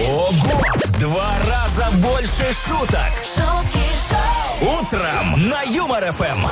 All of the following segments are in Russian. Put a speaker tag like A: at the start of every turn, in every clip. A: Ого! В два раза больше шуток!
B: шутки шоу,
A: Утром на Юмор Эм. ФМ!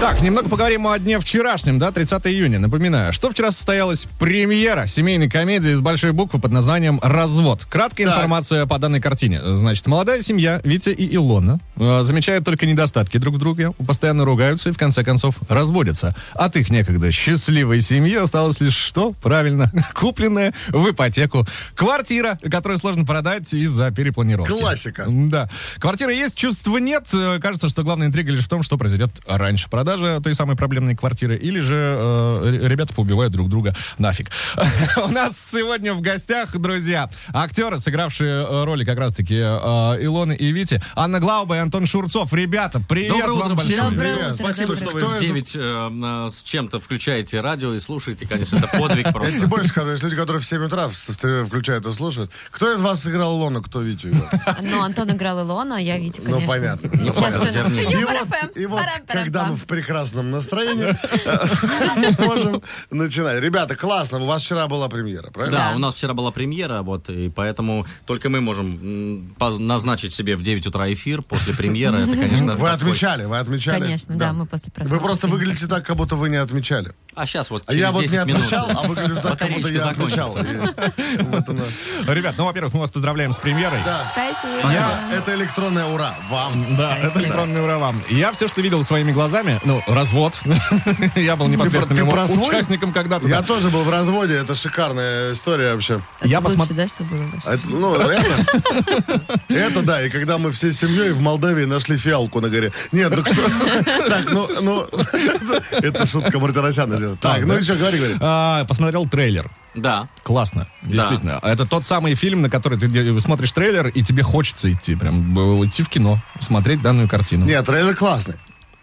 C: Так, немного поговорим о дне вчерашнем, да, 30 июня. Напоминаю, что вчера состоялась премьера семейной комедии с большой буквы под названием «Развод». Краткая
D: Так.
C: информация по данной картине. Значит, молодая семья, Витя и Илона, э, замечают только недостатки друг в друге, постоянно ругаются и, в конце концов, разводятся. От их некогда счастливой семьи осталось лишь что? Правильно, купленная в ипотеку квартира, которую сложно продать из-за перепланировки.
D: Классика.
C: Да. Квартира есть, чувства нет. Э, Кажется, что главная интрига лишь в том, что произойдет раньше. Продажа той самой проблемной квартиры или же э, р- ребята поубивают друг друга нафиг. У нас сегодня в гостях, друзья, актеры, сыгравшие э, роли как раз-таки э, Илоны и Вити, Анна Глауба и Антон Шурцов. Ребята, привет
E: Доброе
C: вам
E: утро всем.
C: большое.
D: Привет.
E: Привет. Спасибо,
D: Доброе
E: что
D: утро.
E: вы
D: Кто из-
E: в 9 э, э, с чем-то включаете радио и слушаете. Конечно, это подвиг
D: Я тебе
E: просто.
D: больше скажу, есть люди, которые в 7 утра в- в- включают и слушают. Кто из вас сыграл Лону, кто Витю? его?
F: Ну, Антон играл Илону, а я Витя, конечно.
D: Ну, понятно.
F: Естественно.
E: Ну,
D: И
F: Юмор
D: вот,
F: FM.
D: и вот,
F: Парам-парам-пам.
D: когда мы в прекрасном настроении, мы можем начинать. Ребята, классно, у вас вчера была премьера, правильно?
E: Да, у нас вчера была премьера, вот, и поэтому только мы можем м, поз- назначить себе в 9 утра эфир после премьеры. Это, конечно,
D: Вы
E: такой-
D: отмечали, вы отмечали?
F: Конечно, да, мы после просмотра.
D: Вы просто выглядите так, как будто вы не отмечали.
E: А сейчас вот
D: А я
E: через
D: вот не
E: 10 минут.
D: отмечал, а выгляжу так, как будто
E: Батареечка
D: я отмечал.
E: закончится.
D: И вот оно.
C: Ребят, ну, во-первых, мы вас поздравляем с премьерой.
D: Да.
F: Спасибо.
D: Я- Это электронное ура вам.
C: Да, это электронный А, ура вам. Я все, что видел своими глазами, ну, развод. Я был непосредственным
D: ты про свой?
C: участником когда-то.
D: Я
C: да.
D: тоже был в разводе, это шикарная история вообще.
F: Это
C: Я
F: лучше,
C: посмотр-
F: да, что было бы?
D: Это, ну, это, это да, и когда мы всей семьей в Молдавии нашли фиалку на горе. Нет, ну что? Так, ну, ну, это шутка Мартиросяна сделала. Так, ну
C: да.
D: и что, говори, говори.
C: А, Посмотрел трейлер.
E: Да.
C: Классно, действительно. Это тот самый фильм, на который ты де- смотришь трейлер, и тебе хочется идти, прям б- идти в кино, смотреть данную картину.
D: Нет, э, трейлер классный.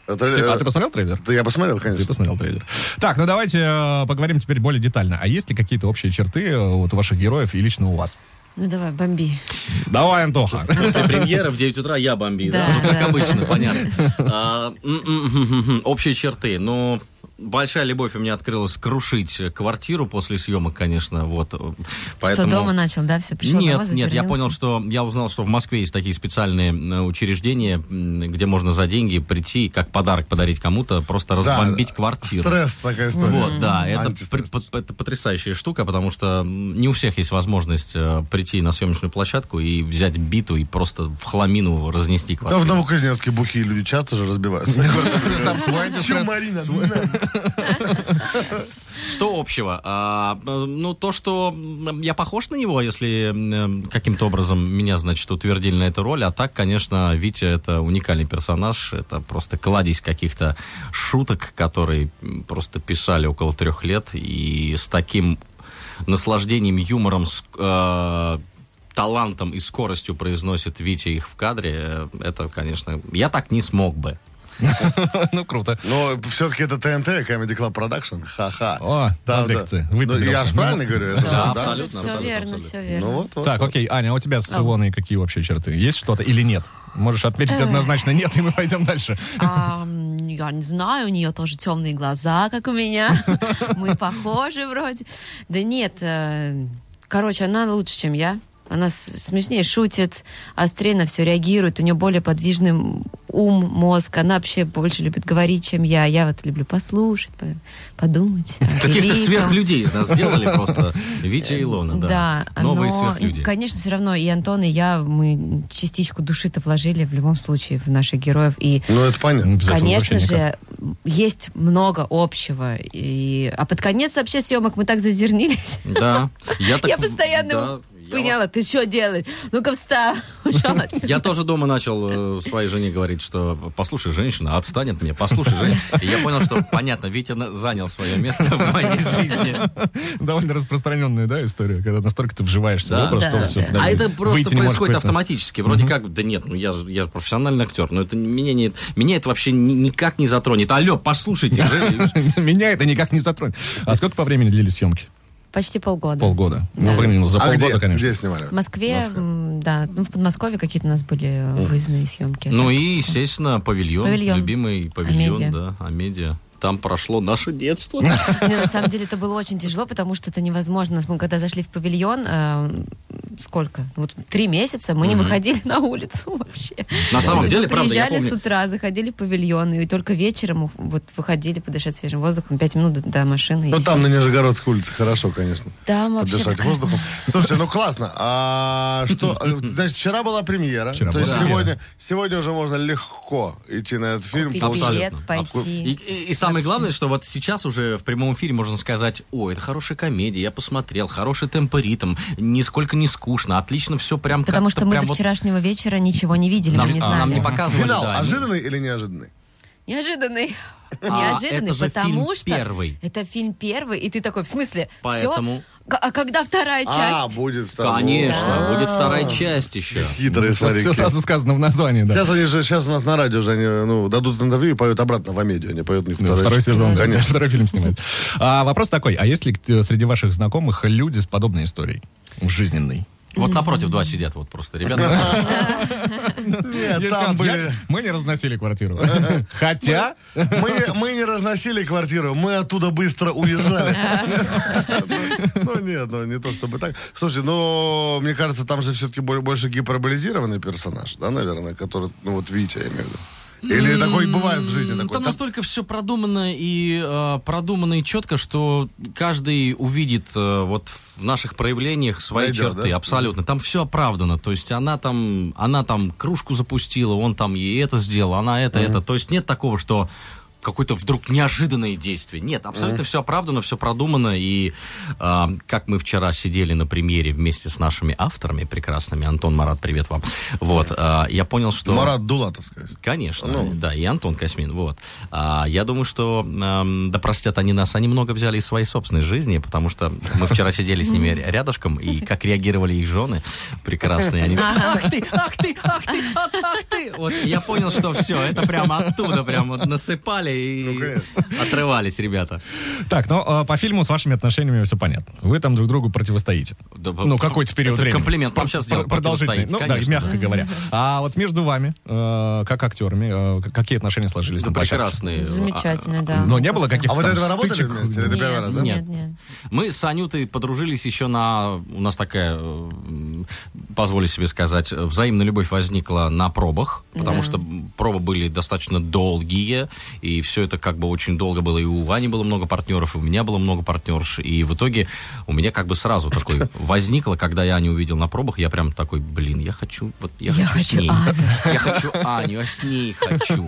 C: Ты-
D: Трейлер-
C: а ты посмотрел трейлер?
D: Да я посмотрел,
C: Ты
D: конечно.
C: посмотрел трейлер. Так, ну давайте э, поговорим теперь более детально. А есть ли какие-то общие черты э, вот у ваших героев и лично у вас?
F: Ну, давай, бомби.
C: Давай, Антоха.
E: После премьеры в 9 утра я бомби, да?
F: Да,
E: Ну, как
F: да.
E: обычно, понятно. А, м, м, м, м, Общие черты. Ну, большая любовь у меня открылась крушить квартиру после съемок, конечно, вот.
F: Что, дома начал, да, все, пришел
E: нет,
F: домой,
E: нет, я
F: зазернился?
E: понял, что я узнал, что в Москве есть такие специальные э, учреждения, м, где можно за деньги прийти и как подарок подарить кому-то, просто разбомбить квартиру.
D: Стресс такая история.
E: Вот, да, это,
D: Антистресс.
E: при- пот- это потрясающая штука, потому что м, не у всех есть возможность э, прийти на съемочную площадку и взять биту и просто в хламину разнести
D: Ну, в
E: квартиру.
D: Новокузнецке бухие люди часто же разбиваются.
C: Там свой антистресс.
D: Марина?
E: Что общего? А, э, ну, то, что м, я похож на него, если м, э, каким-то образом меня, значит, утвердили на эту роль, а так, конечно, Витя — это уникальный персонаж, это просто кладезь каких-то шуток, которые м, просто писали около трех лет, и с таким наслаждением, юмором, с- э, талантом и скоростью произносит Витя их в кадре, э, это, конечно, я так не смог бы.
C: Ну, круто.
D: Но все-таки это ТНТ, Comedy Club Production. Ха-ха.
C: О,
D: Там,
C: смотри-ка
D: да.
C: ты,
D: Ну, Я
C: выпендрился.
D: же правильно говорю? это же,
E: Да,
D: да?
E: абсолютно,
F: Все
E: абсолютно,
F: верно,
E: абсолютно.
F: все
D: Ну
F: верно.
D: вот, вот.
C: Так,
D: вот.
C: окей, Аня, а у тебя с Илоной какие общие черты? Есть что-то или нет? Можешь
F: Э.
C: отметить однозначно нет, и мы пойдем дальше.
F: А, м, я не знаю, у нее тоже темные глаза, как у меня. Мы похожи вроде. Да нет, э, короче, она лучше, чем я. Она с- смешнее шутит, острее на все реагирует, у нее более подвижный м, ум, мозг. Она вообще больше любит говорить, чем я. Я вот люблю послушать, по- подумать. о
E: Каких-то
F: великом.
E: сверхлюдей из нас сделали просто. Витя и Илона, ну да. Новые
F: но,
E: сверхлюди.
F: и, конечно, все равно и Антон, и я, мы частичку души-то вложили в любом случае в наших героев. И
D: Ну, это понятно.
C: Без этого
F: Конечно
C: вообще никак.
F: же, есть много общего. И... А под конец вообще съемок мы так зазернились.
E: Да. так-
F: я постоянно
E: да,
F: его
E: я
F: поняла, ты что делаешь? Ну-ка встал, ушел отсюда.
E: Я тоже дома начал э, своей жене говорить, что послушай, женщина, отстань от меня, послушай, женщина. И я понял, что, понятно, Витя на- занял свое место в моей жизни.
C: Довольно распространенная, да, история, когда настолько ты вживаешься
E: Да.
C: в образ,
F: Да,
C: что
F: да,
C: всё,
F: да.
C: подожди,
E: А это
C: выйти
E: просто
C: не можешь
E: происходит
C: какой-то.
E: автоматически. Вроде как, да нет, ну я же я же профессиональный актер, но это меня не- меня это вообще ни- никак не затронет. Алло, послушайте. же-
C: Меня это никак не затронет. А сколько по времени длились съемки?
F: Почти полгода.
C: Полгода. Ну,
F: Да.
C: блин, ну, за
D: а
C: полгода,
D: где,
C: конечно.
D: где снимали?
F: В Москве, м, да, ну, в Подмосковье какие-то у нас были э, выездные съемки.
E: Ну и, естественно, павильон.
F: Павильон.
E: Любимый павильон,
F: Амедиа.
E: да, Амедиа. Там прошло наше детство.
F: Не, на самом деле это было очень тяжело, потому что это невозможно. Мы когда зашли в павильон, э, сколько? Вот три месяца мы не выходили на улицу вообще.
E: На самом
F: То есть мы
E: деле, правда, я
F: приезжали с
E: помню-
F: утра, заходили в павильон, и только вечером ух- вот выходили подышать свежим воздухом, пять минут до, до машины. и
D: Ну,
F: всё.
D: там на Нижегородской улице хорошо, конечно.
F: Там вообще
D: Подышать
F: прекрасно.
D: воздухом. Слушайте, ну классно. А что, э, значит, вчера была премьера.
C: Вчера
D: то
C: была
D: есть
C: премьера.
D: сегодня, сегодня уже можно легко идти на этот фильм. А
F: Купить
D: получить-
E: Абсолютно. А
F: билет, пойти.
E: И, и- и самое главное, что вот сейчас уже в прямом эфире можно сказать, о, это хорошая комедия, я посмотрел, хороший темпоритм, нисколько не скучно, отлично все прям
F: Потому
E: как-то
F: что мы
E: прям
F: до
E: вот
F: вчерашнего вечера ничего не видели,
E: Нам,
F: мы не
E: а, нам
F: знали.
E: не показывали.
D: Финал а
E: да, ну,
D: ожиданный или неожиданный?
F: Неожиданный.
E: А,
F: Неожиданный,
E: это же
F: потому
E: фильм
F: что
E: первый.
F: это фильм первый, и ты такой, в смысле,
E: Поэтому-
F: все? А когда вторая
D: А,
F: часть?
D: будет второй.
E: Конечно,
D: А,
E: будет вторая часть еще.
D: Хитрые смотри.
C: Все сразу сказано в названии, да.
D: Сейчас они же, сейчас у нас на радио же они, ну, дадут интервью и поют обратно в Амедию, они поют у них
C: Ну,
D: второй,
C: второй сезон, да,
D: Конечно.
C: второй фильм снимает. А, вопрос такой, а есть ли э, среди ваших знакомых люди с подобной историей? Жизненной.
E: Вот напротив два сидят вот просто ребята.
C: Есть
D: там
C: нюанс. Я-
D: были-
C: Мы не разносили квартиру. Хотя...
D: Мы, мы не разносили квартиру, мы оттуда быстро уезжали. Ну ну, нет, ну не то чтобы так. Слушай, ну мне кажется, там же все-таки больше гиперболизированный персонаж, да, наверное, который, ну вот Витя, я имею в виду. Или такой бывает в жизни такой.
E: Там
D: «Так,
E: настолько все продумано и э, продумано и четко, что каждый увидит э, вот в наших проявлениях свои
D: Найдёт,
E: черты,
D: да?
E: абсолютно. Там все оправдано, то есть она там, она там кружку запустила, он там ей это сделал, она это, это. То есть нет такого, что какое-то вдруг неожиданное действие. Нет, абсолютно все оправдано, все продумано. И э, как мы вчера сидели на премьере вместе с нашими авторами прекрасными, Антон Марат, привет вам. Вот, э, я понял, что...
D: Марат А Дулатов, скажем.
E: Конечно, да, и Антон Космин, вот. А, я думаю, что, эм, да простят они нас, они много взяли из своей собственной жизни, потому что мы вчера сидели с ними рядышком, и как реагировали их жены прекрасные. Они говорят, ах ты, ах ты, ах ты, ах, ах ты. Вот я понял, что все, это прямо оттуда прям вот насыпали и отрывались ребята.
C: Так, ну, э, по фильму с вашими отношениями все понятно. Вы там друг другу противостоите.
E: Да,
C: Ну,
E: это
C: какой-то период времени.
E: комплимент вам
C: Пр-
E: сейчас
C: пр-
E: сделают,
C: Продолжительный, ну,
E: противостоите,
C: да,
E: конечно,
C: мягко
E: да.
C: говоря. А вот между вами, э, как актерами, э, к- какие отношения сложились
E: Да
C: на площадке?
E: прекрасные. а,
F: Замечательно, да.
C: Но не было каких-то
D: А вот
C: там
D: этого работали
C: стычек?
D: вместе? Или это
F: Нет,
D: первый раз, да?
F: Нет,
E: Нет.
F: нет.
E: Мы с Анютой подружились еще на... У нас такая, э, позволю себе сказать, э, взаимная любовь возникла на пробах, потому
F: Да.
E: что м, пробы были достаточно долгие, и все это как бы очень долго было. И у Ани было много партнеров, и у меня было много партнерш. И в итоге у меня как бы сразу такой возникло, когда я Аню увидел на пробах, я прям такой, блин, я хочу... Вот я,
F: Я
E: хочу, с
F: хочу
E: ней.
F: Аню.
E: Я хочу Аню, я с ней хочу.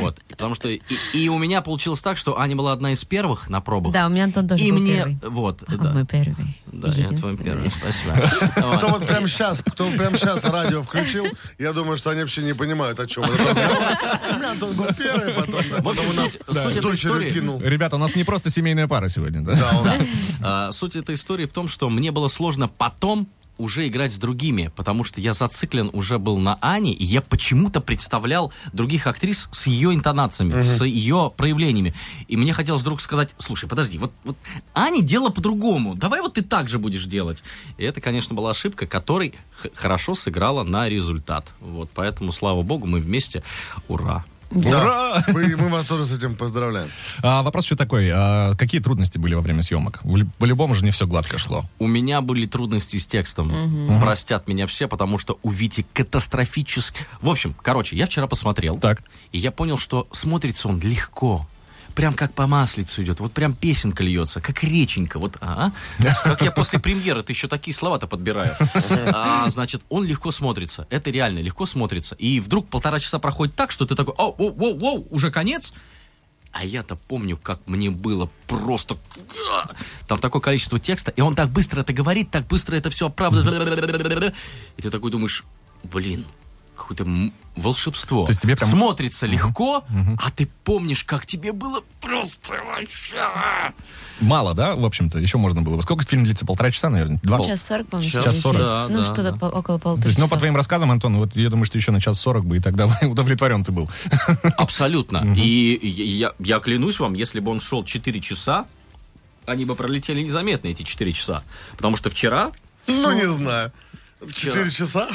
E: Вот. Потому что... И, и у меня получилось так, что Аня была одна из первых на пробах.
F: Да, у меня Антон тоже
E: И
F: был
E: мне,
F: первый.
E: вот,
F: Он
E: да.
F: мой первый.
E: Да, я твой
F: Единственный.
E: первый, спасибо. Вот.
D: Кто вот прямо сейчас, кто прямо сейчас радио включил, я думаю, что они вообще не понимают, о чем этот разговор. У меня Антон был первый, потом, да,
E: В общем,
D: потом у нас
E: суть-
D: да,
E: суть
D: с
E: этой истории-
D: дочерью кинул.
C: Ребята, у нас не просто семейная пара сегодня, да?
D: Да, он-
E: А, Суть этой истории в том, что мне было сложно потом уже играть с другими, потому что я зациклен уже был на Ане, и я почему-то представлял других актрис с ее интонациями, с ее проявлениями. И мне хотелось вдруг сказать, слушай, подожди, вот, вот Ане дело по-другому, давай вот ты так же будешь делать. И это, конечно, была ошибка, которой х- хорошо сыграла на результат. Вот, поэтому, слава богу, мы вместе. Ура!
D: Да. Мы, мы вас тоже с этим поздравляем.
C: А, вопрос еще такой, а какие трудности были во время съемок? В лю- По-любому же не все гладко шло.
E: У меня были трудности с текстом. Простят меня все, потому что у Вити катастрофически... В общем, короче, я вчера посмотрел.
C: Так.
E: И я понял, что смотрится он легко. Прям как по маслицу идет. Вот прям песенка льется, как реченька. Вот, а? Как я после премьеры, ты еще такие слова-то подбираю. А, значит, он легко смотрится. Это реально легко смотрится. И вдруг полтора часа проходит так, что ты такой, о, воу, воу, воу, уже конец? А я-то помню, как мне было просто... Там такое количество текста, и он так быстро это говорит, так быстро это все оправдывает. И ты такой думаешь, блин, какое-то м- волшебство.
C: То есть тебе прям-
E: Смотрится легко, а ты помнишь, как тебе было просто вообще...
C: Мало, да, в общем-то, еще можно было бы. Сколько фильм длится? Полтора часа, наверное? Два?
F: Час сорок, по-моему,
E: Час
F: получилось.
E: сорок. Да,
F: Ну,
E: да,
F: что-то
E: да.
F: по- около полутора
C: То есть, ну, по
F: часов.
C: твоим рассказам, Антон, вот я думаю, что еще на час сорок бы, и тогда бы удовлетворен ты был.
E: Абсолютно. И я, я клянусь вам, если бы он шел 4 часа, они бы пролетели незаметно эти 4 часа. Потому что вчера
D: Ну, не знаю. В 4 часа?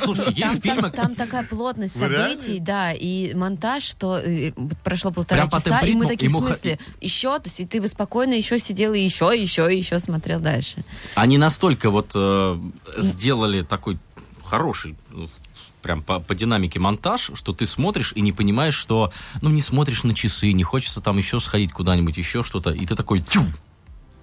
E: Слушайте, есть фильмы...
F: Там, там такая плотность
D: Вы
F: событий, да, и монтаж, что э, вот прошло полтора
E: Прям по
F: часа, и мы
E: темпритму
F: такие, в
E: ему ха-
F: смысле, еще, то есть и ты бы спокойно еще сидел и еще, и еще, и еще смотрел дальше.
E: Они настолько вот э, сделали такой хороший ну, прям по, по динамике монтаж, что ты смотришь и не понимаешь, что, ну, не смотришь на часы, не хочется там еще сходить куда-нибудь, еще что-то, и ты такой, тю,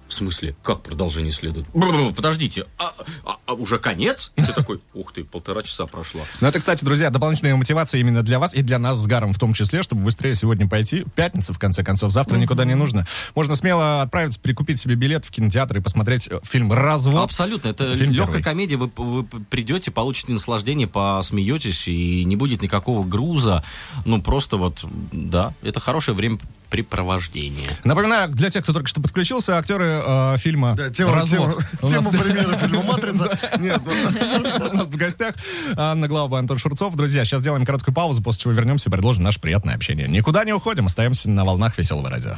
E: в смысле, как продолжение следует? Бррр, Подождите, а, а- а уже конец? И ты такой, ух ты, полтора часа прошло.
C: Ну, это, кстати, друзья, дополнительная мотивация именно для вас и для нас с Гаром в том числе, чтобы быстрее сегодня пойти. Пятница, в конце концов, завтра никуда не нужно. Можно смело отправиться, прикупить себе билет в кинотеатр и посмотреть э, фильм
E: Ну,
C: «Развод».
E: Абсолютно, это
C: Фильм
E: легкая
C: первый.
E: комедия, вы, вы придете, получите наслаждение, посмеетесь, и не будет никакого груза, ну просто вот, да, это хорошее времяпрепровождение.
C: Напоминаю, для тех, кто только что подключился, актеры э, фильма
D: Да, тема,
C: «Развод».
D: тема,
C: У
D: тема
C: нас-
D: премьеры фильма «Матрица». Нет, ну,
C: у нас в гостях Анна Глаба, Антон Шурцов. Друзья, сейчас сделаем короткую паузу, после чего вернемся и продолжим наше приятное общение. Никуда не уходим, остаемся на волнах веселого радио.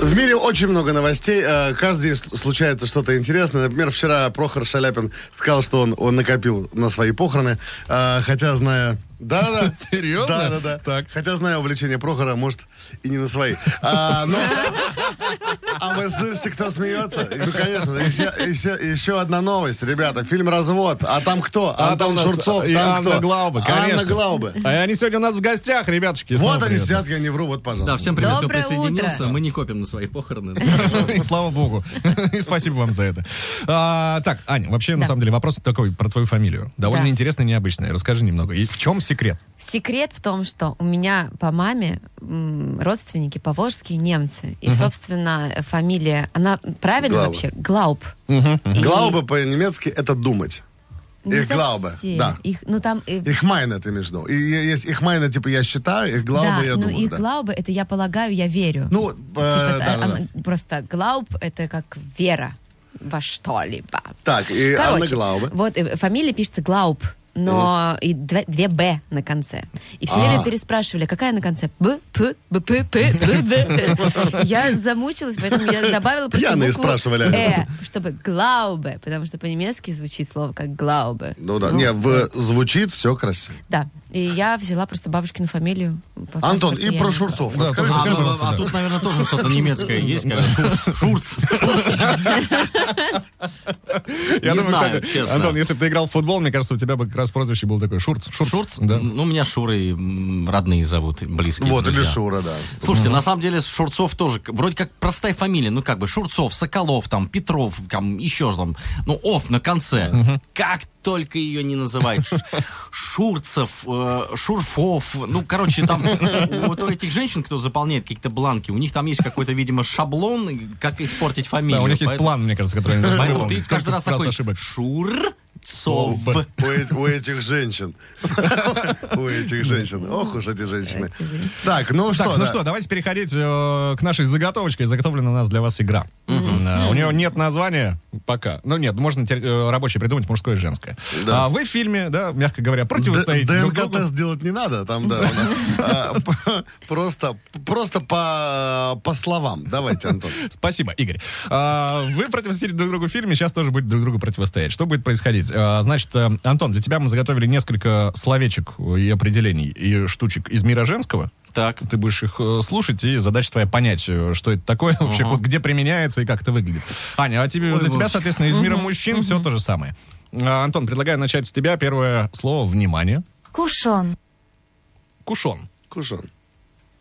D: В мире очень много новостей. э, Каждый день с- случается что-то интересное. Например, вчера Прохор Шаляпин сказал, что он, он накопил на свои похороны. э, Хотя, зная... Да-да.
C: Серьезно?
D: Да-да-да.
C: Так.
D: Хотя, зная увлечение Прохора, может, и не на свои. А, но- а вы слышите, кто смеется? Ну, конечно же. Еще, еще- еще одна новость, ребята. Фильм «Развод». А там кто?
C: А
D: Антон
C: там у нас
D: Шурцов.
C: и
D: там
C: Анна
D: кто?
C: Глауба,
D: Анна
C: конечно.
D: Глауба.
C: А они сегодня у нас в гостях, ребятушки.
D: Вот
C: Снова
D: они
C: привет.
D: сидят, я не вру, вот, пожалуйста.
E: Да, всем привет, кто
F: Доброе
E: присоединился.
F: утро. А,
E: Мы не копим на свои похороны.
C: И слава богу. И спасибо вам за это. А, так, Аня, вообще, на
F: Да.
C: самом деле, вопрос такой про твою фамилию. Довольно
F: Да.
C: интересный, необычный. Расскажи немного. И в чем секрет?
F: Секрет в том, что у меня по маме м, родственники поволжские немцы. И, собственно, э, фамилия, она правильно
D: Глауб.
F: вообще? Глауб. И
D: Глауба по-немецки это думать.
F: не
D: их Глауба,
F: совсем.
D: да.
F: Их, ну, там, э,
D: Их майна ты между. И е- есть их майна, типа я считаю, их глауба
F: да,
D: я
F: но
D: думаю.
F: их
D: да.
F: глаубы это я полагаю, я верю.
D: Ну, э,
F: Типа,
D: да, да,
F: она-
D: да.
F: просто глауб это как вера во что-либо.
D: Так, и Анна
F: Короче,
D: Глауба.
F: Вот э, фамилия пишется Глауб, но и две, две Б на конце. И
D: А.
F: все время переспрашивали, какая на конце? Б, П, Б, П, П, Б, Б. Я замучилась, поэтому я добавила просто
D: Пьяные
F: букву
D: спрашивали.
F: Э, чтобы Глаубе, потому что по-немецки звучит слово как Глаубе.
D: Ну да, не, в- звучит все красиво.
F: Да, и я взяла просто бабушкину фамилию. по
D: Антон,
F: паспорту
D: и
F: я
D: про
F: не-
D: Шурцов.
C: Да,
D: расскажи.
C: тоже.
E: А,
C: Скажи,
E: ну,
C: пожалуйста,
E: а
C: да.
E: тут, наверное, тоже что-то немецкое есть. как Шурц, Шурц.
C: Я
E: Не
C: думаю,
E: знаю,
C: кстати,
E: честно.
C: Антон, если бы ты играл в футбол, мне кажется, у тебя бы как раз прозвище было такое Шурц. Шурц?
E: Шурц?
C: Да.
E: Ну, меня Шуры м, родные зовут, близкие
D: Вот, или
E: друзья.
D: Шура, да.
E: Слушайте, на самом деле Шурцов тоже к- вроде как простая фамилия, ну как бы Шурцов, Соколов, там Петров, там еще там, ну Оф на конце. Как только ее не называют. Ш- Шурцев, э, Шурфов, ну короче там вот у этих женщин, кто заполняет какие-то бланки, у них там есть какой-то видимо шаблон, как испортить фамилию.
C: Да, у них есть
E: Поэтому-
C: план, мне кажется, который они должны
E: Поэтому ты
C: выполнить.
E: каждый
C: Сколько
E: раз такой
C: ошибок.
E: Шурцов.
C: Ов.
D: У, эт- у этих женщин. У этих женщин. Ох уж эти женщины. Так, ну что,
C: Так, ну
D: да.
C: что, давайте переходить э, к нашей заготовочке. Заготовлена у нас для вас игра. Э, У нее нет названия пока. Ну нет, можно тер- э, рабочее придумать, мужское и женское. А вы в фильме, да, мягко говоря, противостоите
D: Ну,
C: друг другу.
D: ДНК-тест делать не надо, там, да. а, п- Просто, просто по, по словам. Давайте, Антон.
C: Спасибо, Игорь. А, Вы противостоите друг другу в фильме, сейчас тоже будет друг другу противостоять. Что будет происходить? А, Значит, э, Антон, для тебя мы заготовили несколько словечек и определений, и штучек из мира женского.
E: Так.
C: Ты будешь их э, слушать, и задача твоя понять, э, что это такое вообще,
E: Ага.
C: вот где применяется и как это выглядит. Аня, а тебе,
E: Ой,
C: для тебя,
E: Вовчик.
C: соответственно, из мира мужчин все то же самое. А, Антон, предлагаю начать с тебя. Первое слово «внимание».
G: Кушон.
C: Кушон.
D: Кушон.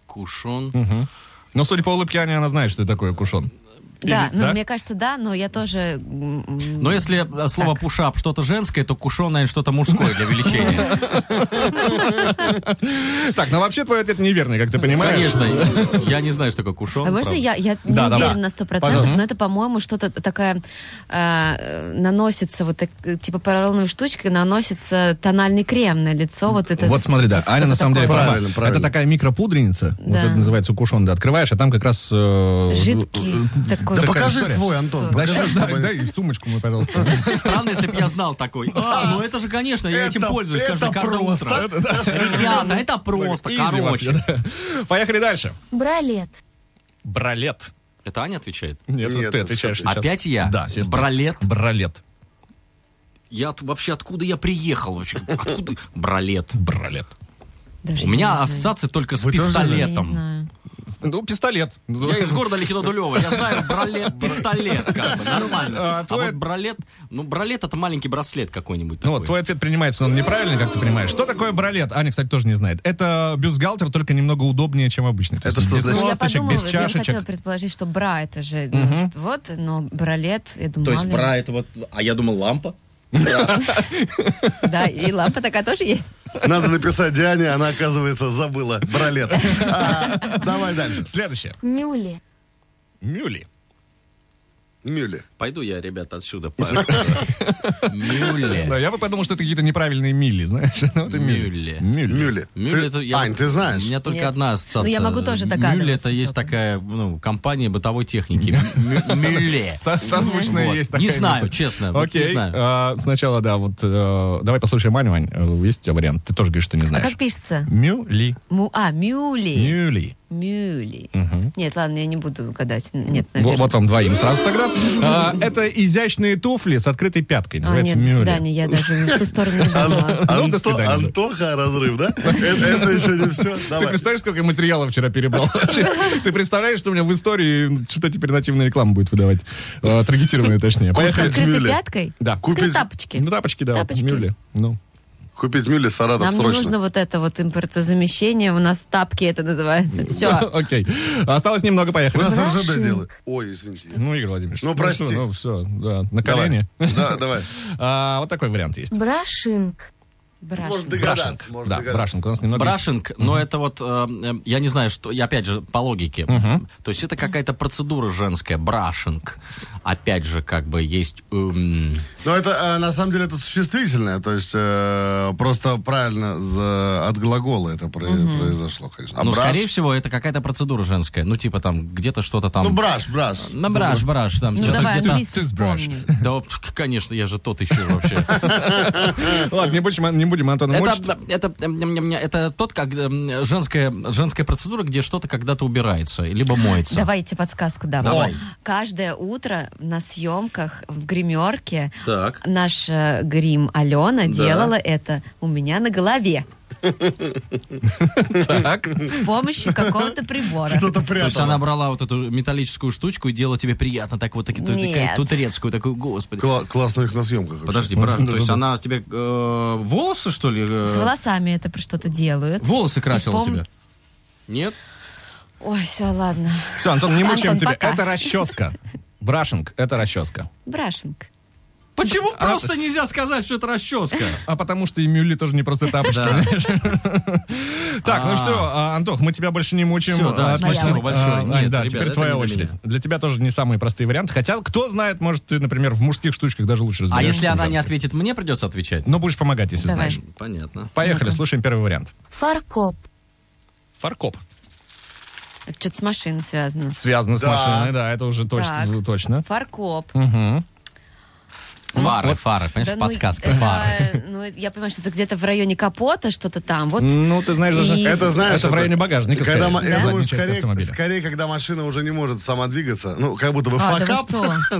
E: Кушон.
C: Но, судя по улыбке, Аня, она знает, что это такое кушон.
F: Да,
C: Или-
F: ну
C: да?
F: мне кажется, да, но я тоже.
E: Но если э, слово пушап что-то женское, то кушон, наверное, что-то мужское для величия.
C: Так, ну вообще твой ответ неверный, как ты понимаешь.
E: Конечно, я не знаю, что такое кушон.
F: А можно
E: правда.
F: я, я не
C: Ну, Да, да,
F: уверена
C: да.
F: на сто
C: Пожалуйста.
F: процентов, но это, по-моему, что-то такая э, наносится вот так, э, типа поролоновой штучкой наносится тональный крем на лицо, вот это.
C: Вот
F: с-
C: смотри, да,
F: с-
C: Аня на
F: что-то
C: самом деле
F: такое.
C: права.
D: Правильно, правильно.
C: Это такая микропудреница, вот
F: Да.
C: это называется укушон, да, открываешь, а там как раз... э,
F: Жидкий
D: Да
F: такой.
C: Такая
D: покажи
C: история.
D: свой, Антон.
C: Да,
D: покажи,
C: щас, да,
D: чтобы-
C: дай сумочку мы, пожалуйста.
E: Странно, если бы я знал такой. А, ну это же, конечно, я этим
D: Это-
E: пользуюсь
D: это
E: каждый каждое
D: просто.
E: утро. Ребята, это просто,
C: Изи
E: короче.
C: вообще, да. Поехали дальше.
G: Бралет.
C: Бралет.
E: Это Аня отвечает?
C: Нет,
D: Нет,
C: вот ты отвечаешь
D: всё-таки.
C: сейчас.
E: Опять я?
C: Да, естественно.
E: Бралет.
C: Бралет.
E: Я от- вообще откуда я приехал вообще? Откуда? Бралет.
C: Бралет.
F: Даже
E: У
F: я не
E: меня
F: знаю.
E: ассоциации только с
D: Вы тоже не знаете?
F: Я не
E: пистолетом.
F: знаю.
C: Ну, пистолет.
E: Я из города Ликино Дулева, я знаю бралет, пистолет, как бы, нормально.
C: А
E: А,
C: твой-
E: вот бралет, ну бралет это маленький браслет какой-нибудь
C: Ну
E: такой.
C: вот, твой ответ принимается, но он неправильный, как ты понимаешь. Что такое бралет? Аня, кстати, тоже не знает. Это бюстгальтер, только немного удобнее, чем обычный. То
D: Это
C: есть
D: что
C: без
D: за-
F: Ну, я
C: косточек,
F: подумала,
C: без
F: я
C: чашечек.
F: хотела предположить, что бра это же, ну, вот, но бралет, я думала,
E: То есть бра это вот, а я думал лампа. Бра.
F: Да, и лампа такая тоже есть.
D: Надо написать Диане, она, оказывается, забыла бралет. А, Давай дальше.
C: Следующее.
B: Мюли.
C: Мюли.
D: Мюли.
E: Пойду я, ребята, отсюда. пар-
C: Да,
E: Мюлле.
C: я бы подумал, что это какие-то неправильные мили, знаешь. Ну, это мюли.
E: Мюли.
C: Мюли.
D: Мюли.
E: Мюлле
D: Ты-
E: это я-
D: Ань, ты знаешь?
E: У меня только
F: Нет.
E: одна ассоциация.
F: Ну, я могу тоже
E: Мюлле
F: догадываться
E: это есть
F: только.
E: такая, ну, компания бытовой техники. Мю- Мюлле.
C: Со- Созвучное
E: Вот.
C: есть
E: Э. Не
C: такая
E: знаю,
C: эмоция.
E: честно, вот не
C: Окей.
E: знаю.
C: а, Сначала, да, вот э, давай послушаем Аню, Ань. э, Есть у тебя вариант? Ты тоже говоришь, что не
F: А
C: знаешь.
F: как пишется?
C: Мюли.
F: Му, а, мюли.
C: Мюли.
F: Мюли. Нет, ладно, я не буду гадать. Нет,
C: Вот,
F: наверное.
C: вот вам двоим сразу тогда. А, это изящные туфли с открытой пяткой.
F: А,
C: Называется
F: нет, до
C: мюли.
F: свидания, я даже в ту сторону не
D: А
F: думала.
C: Ну, до
D: Анто-
C: свидания, да.
D: Антоха, разрыв, да? Это это еще не все.
C: Ты представляешь, сколько я материала вчера перебрал? Ты представляешь, что у меня в истории что-то теперь нативная реклама будет выдавать? Э, Таргетированная, точнее.
F: С
C: Поехали.
F: открытой
D: мюли.
F: пяткой?
C: Да.
F: Открытой
D: Купить-
F: тапочки.
C: Ну, тапочки, да. вот,
F: Тапочки.
C: Мюли. Ну.
D: Купить мюли Саратов
F: Нам не нужно
D: срочно.
F: вот это вот импортозамещение, у нас тапки это называется. Все.
C: Окей. Осталось немного,
D: У
C: поехали.
D: нас РЖД делает. Ой, извините.
C: Ну, Игорь Владимирович.
D: Ну, прости.
C: всё, Ну, все, да, на
D: Давай.
C: колени.
D: Да, давай.
C: А, вот такой вариант есть.
B: Брашинг.
D: Может
F: Брашинг.
D: догадаться. можно
C: Да,
D: догадаться.
C: брашинг. У нас немного есть.
E: Брашинг, но это вот, э, э, я не знаю, что, я опять же, по логике. То есть это какая-то процедура женская, брашинг. Опять же, как бы есть... эм,
D: Но это, э, на самом деле, это существительное. То есть, э, просто правильно за- от глагола это про- произошло, конечно. А
E: ну,
D: браш-
E: скорее всего, это какая-то процедура женская. Ну, типа там, где-то что-то там...
D: Ну, браш, браш.
E: На браш, браш, там.
F: Ну
E: чё-то
F: давай
E: где-то.
F: английский
C: Ты сбрашь.
F: вспомни.
E: Да, п- конечно, я же тот еще вообще.
C: Ладно, не будем, не будем
E: Ну,
C: Антона мучить.
E: Это, это, эм, эм, эм, это тот, как эм, женская, женская процедура, где что-то когда-то убирается, либо моется.
F: Давайте подсказку дам.
E: Давай.
F: Каждое утро на съемках в гримерке
E: Так.
F: наш э, грим Алена делала это у меня на голове
C: Так.
F: с помощью какого-то прибора.
D: Кто-то
E: То есть она
D: прятал.
E: брала вот эту металлическую штучку и делала тебе приятно, так вот таки, ту-
F: Нет.
E: такая турецкую, такую, господи.
D: Кла- Классно их на съемках. вообще.
E: Подожди, брат, то есть она тебе э, волосы, что ли? э,
F: С волосами это про что-то делают.
E: Волосы красила
F: Испом-
E: тебе? Нет?
F: Ой, все, ладно.
C: Все, Антон, не мучаем
F: Антон,
C: тебя.
F: пока.
C: Это расческа. Брашинг — это расческа.
F: Брашинг.
E: Почему просто нельзя сказать, что это расческа?
C: А потому что и мюли тоже не просто тапочки.
E: Да. А.
C: понимаешь? Так, ну все, Антох, мы тебя больше не мучаем.
E: Всё, да,
C: А,
F: спасибо
C: спасибо.
E: большое.
C: А,
E: Нет,
C: Ань, Да,
E: ребят,
C: теперь
E: это
C: твоя
E: не для
C: очередь.
E: меня.
C: Для тебя тоже не самые простые варианты. Хотя, кто знает, может, ты, например, в мужских штучках даже лучше
E: А
C: разбираешься.
E: если
C: чем
E: она не
C: женских.
E: ответит, мне придется отвечать?
C: Но будешь помогать, если
F: Давай.
C: знаешь.
E: Понятно.
C: Поехали, слушаем первый вариант.
B: Фаркоп.
C: Фаркоп.
F: Это что-то с машиной связано.
C: Связано с
D: Да.
C: машиной, да, это уже точно.
D: ну,
F: Так.
C: точно.
F: Фаркоп.
E: Фары, фары,
F: Да,
E: понимаешь,
F: ну,
E: подсказка,
F: это,
E: фары.
F: ну, я понимаю, что это где-то в районе капота, что-то там. Вот
C: Ну, ты знаешь, даже...
F: И-
D: Это знаешь,
C: это в районе багажника.
D: Когда, ма-
C: скорее,
D: я
C: задней
D: думаю,
C: части
D: скорее,
C: автомобиля.
D: скорее, когда машина уже не может сама двигаться, ну, как будто бы
F: А, да вы
D: факап.
F: что?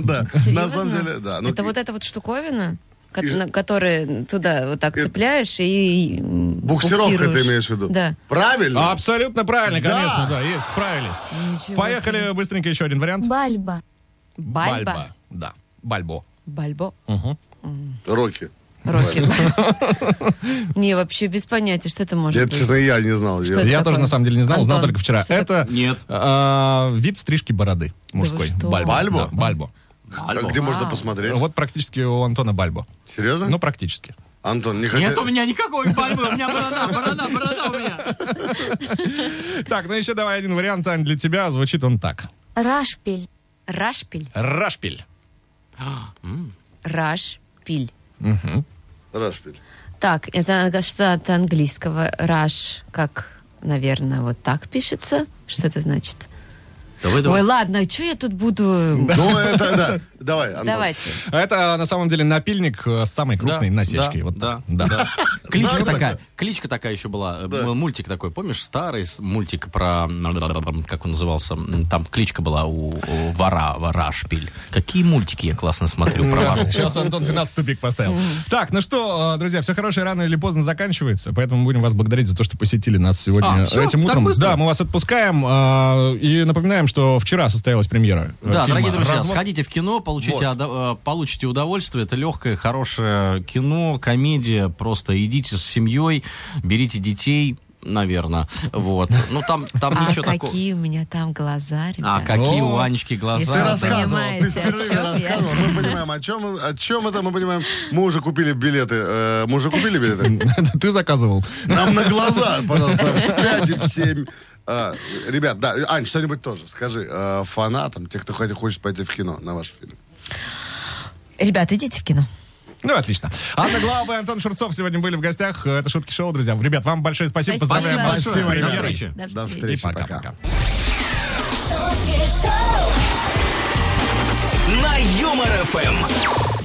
D: Да,
F: Серьезно?
D: на самом деле, да. Ну,
F: это
D: и-
F: вот эта вот штуковина, ко-
D: И-
F: на которой туда вот так
D: И-
F: цепляешь и м,
D: Буксировка ты
F: буксируешь.
D: имеешь в виду?
F: Да. А?
D: Правильно?
C: Абсолютно правильно,
D: Да.
C: конечно, да, есть, справились.
F: Ничего
C: Поехали
F: себе.
C: быстренько еще один вариант.
B: Бальба.
F: Бальба.
C: Да, бальбо.
F: Бальбо.
D: Рокки.
F: Рокет. Не, вообще без понятия, что это может
D: Это,
F: быть.
D: честно, я не знал.
F: Что
D: Я-
C: Я
F: это
C: тоже
F: такое?
C: на самом деле не знал, узнал
F: Антон,
C: только вчера.
F: что
C: Это
E: Нет.
C: а, вид стрижки бороды мужской.
F: что?
C: Бальбо.
D: Бальбо?
C: Да, бальбо.
D: А
E: Альбо.
D: Где можно
F: Вау.
D: посмотреть?
C: Вот практически у Антона Бальбо.
D: Серьезно?
C: Ну, практически.
D: Антон, не
E: Нет
D: хотел...
E: у меня никакой борьбы, у меня борода, борода, борода у меня.
C: Так, ну еще давай один вариант, Ань, для тебя. Звучит он так.
B: Рашпиль.
F: Рашпиль.
C: Рашпиль.
F: Рашпиль.
D: Рашпиль.
F: Так, это что от английского раш, как, наверное, вот так пишется. Что это значит?
E: Давай, давай.
F: Ой, ладно, что я тут буду...
D: Ну, это, да. Давай, Антон.
F: Давайте.
C: Это на самом деле напильник э, с самой крупной
E: Да,
C: насечкой.
E: да,
C: Вот
E: да,
C: так. да.
E: да. Кличка
C: Да,
E: такая,
C: да.
E: кличка такая еще была. Э, м- Мультик такой, помнишь, старый с- мультик про, как он назывался, М, там кличка была у, у вора, вора шпиль. Какие мультики я классно смотрю про воров.
C: Сейчас Антон 12 тупик поставил. Так, ну что, э, друзья, все хорошее рано или поздно заканчивается, поэтому будем вас благодарить за то, что посетили нас сегодня
E: А, всё?
C: этим
E: Так
C: утром.
E: быстро?
C: да, мы вас отпускаем э, и напоминаем, что вчера состоялась премьера. э,
E: Да,
C: фильма
E: дорогие друзья,
C: «Развод».
E: сходите в кино, получите,
D: Вот.
E: одо- э, получите удовольствие. Это легкое, хорошее кино, комедия. Просто идите с семьей, берите детей, наверное. Вот. Ну, там, там
F: А
E: ничего такого.
F: какие у меня там глаза,
E: А
F: ребята.
E: какие
C: О.
E: у Анечки
F: Если
E: глаза.
D: Ты
F: Да,
D: рассказывал, ты
F: понимаете, о
D: впервые
F: чем
D: рассказывал. Мы понимаем, о чем, о чем это мы понимаем. Мы уже купили билеты. Э, Мы уже купили билеты.
C: Ты заказывал.
D: Нам на глаза, пожалуйста, в 5 и в 7. ребят, да, Ань, что-нибудь тоже скажи э, фанатам, тех, кто хоть- хочет пойти в кино на ваш фильм.
F: Ребята, идите в кино.
C: Ну, отлично. Анна Глава и Антон Шурцов сегодня были в гостях. Э, Это «Шутки шоу», друзья. Ребят, вам большое спасибо.
F: Спасибо
C: Поздравляем вас с
F: большое.
E: До
C: премьерой.
E: встречи.
D: До
C: И
D: встречи, пока.
C: пока-пока.
A: На Юмор ФМ.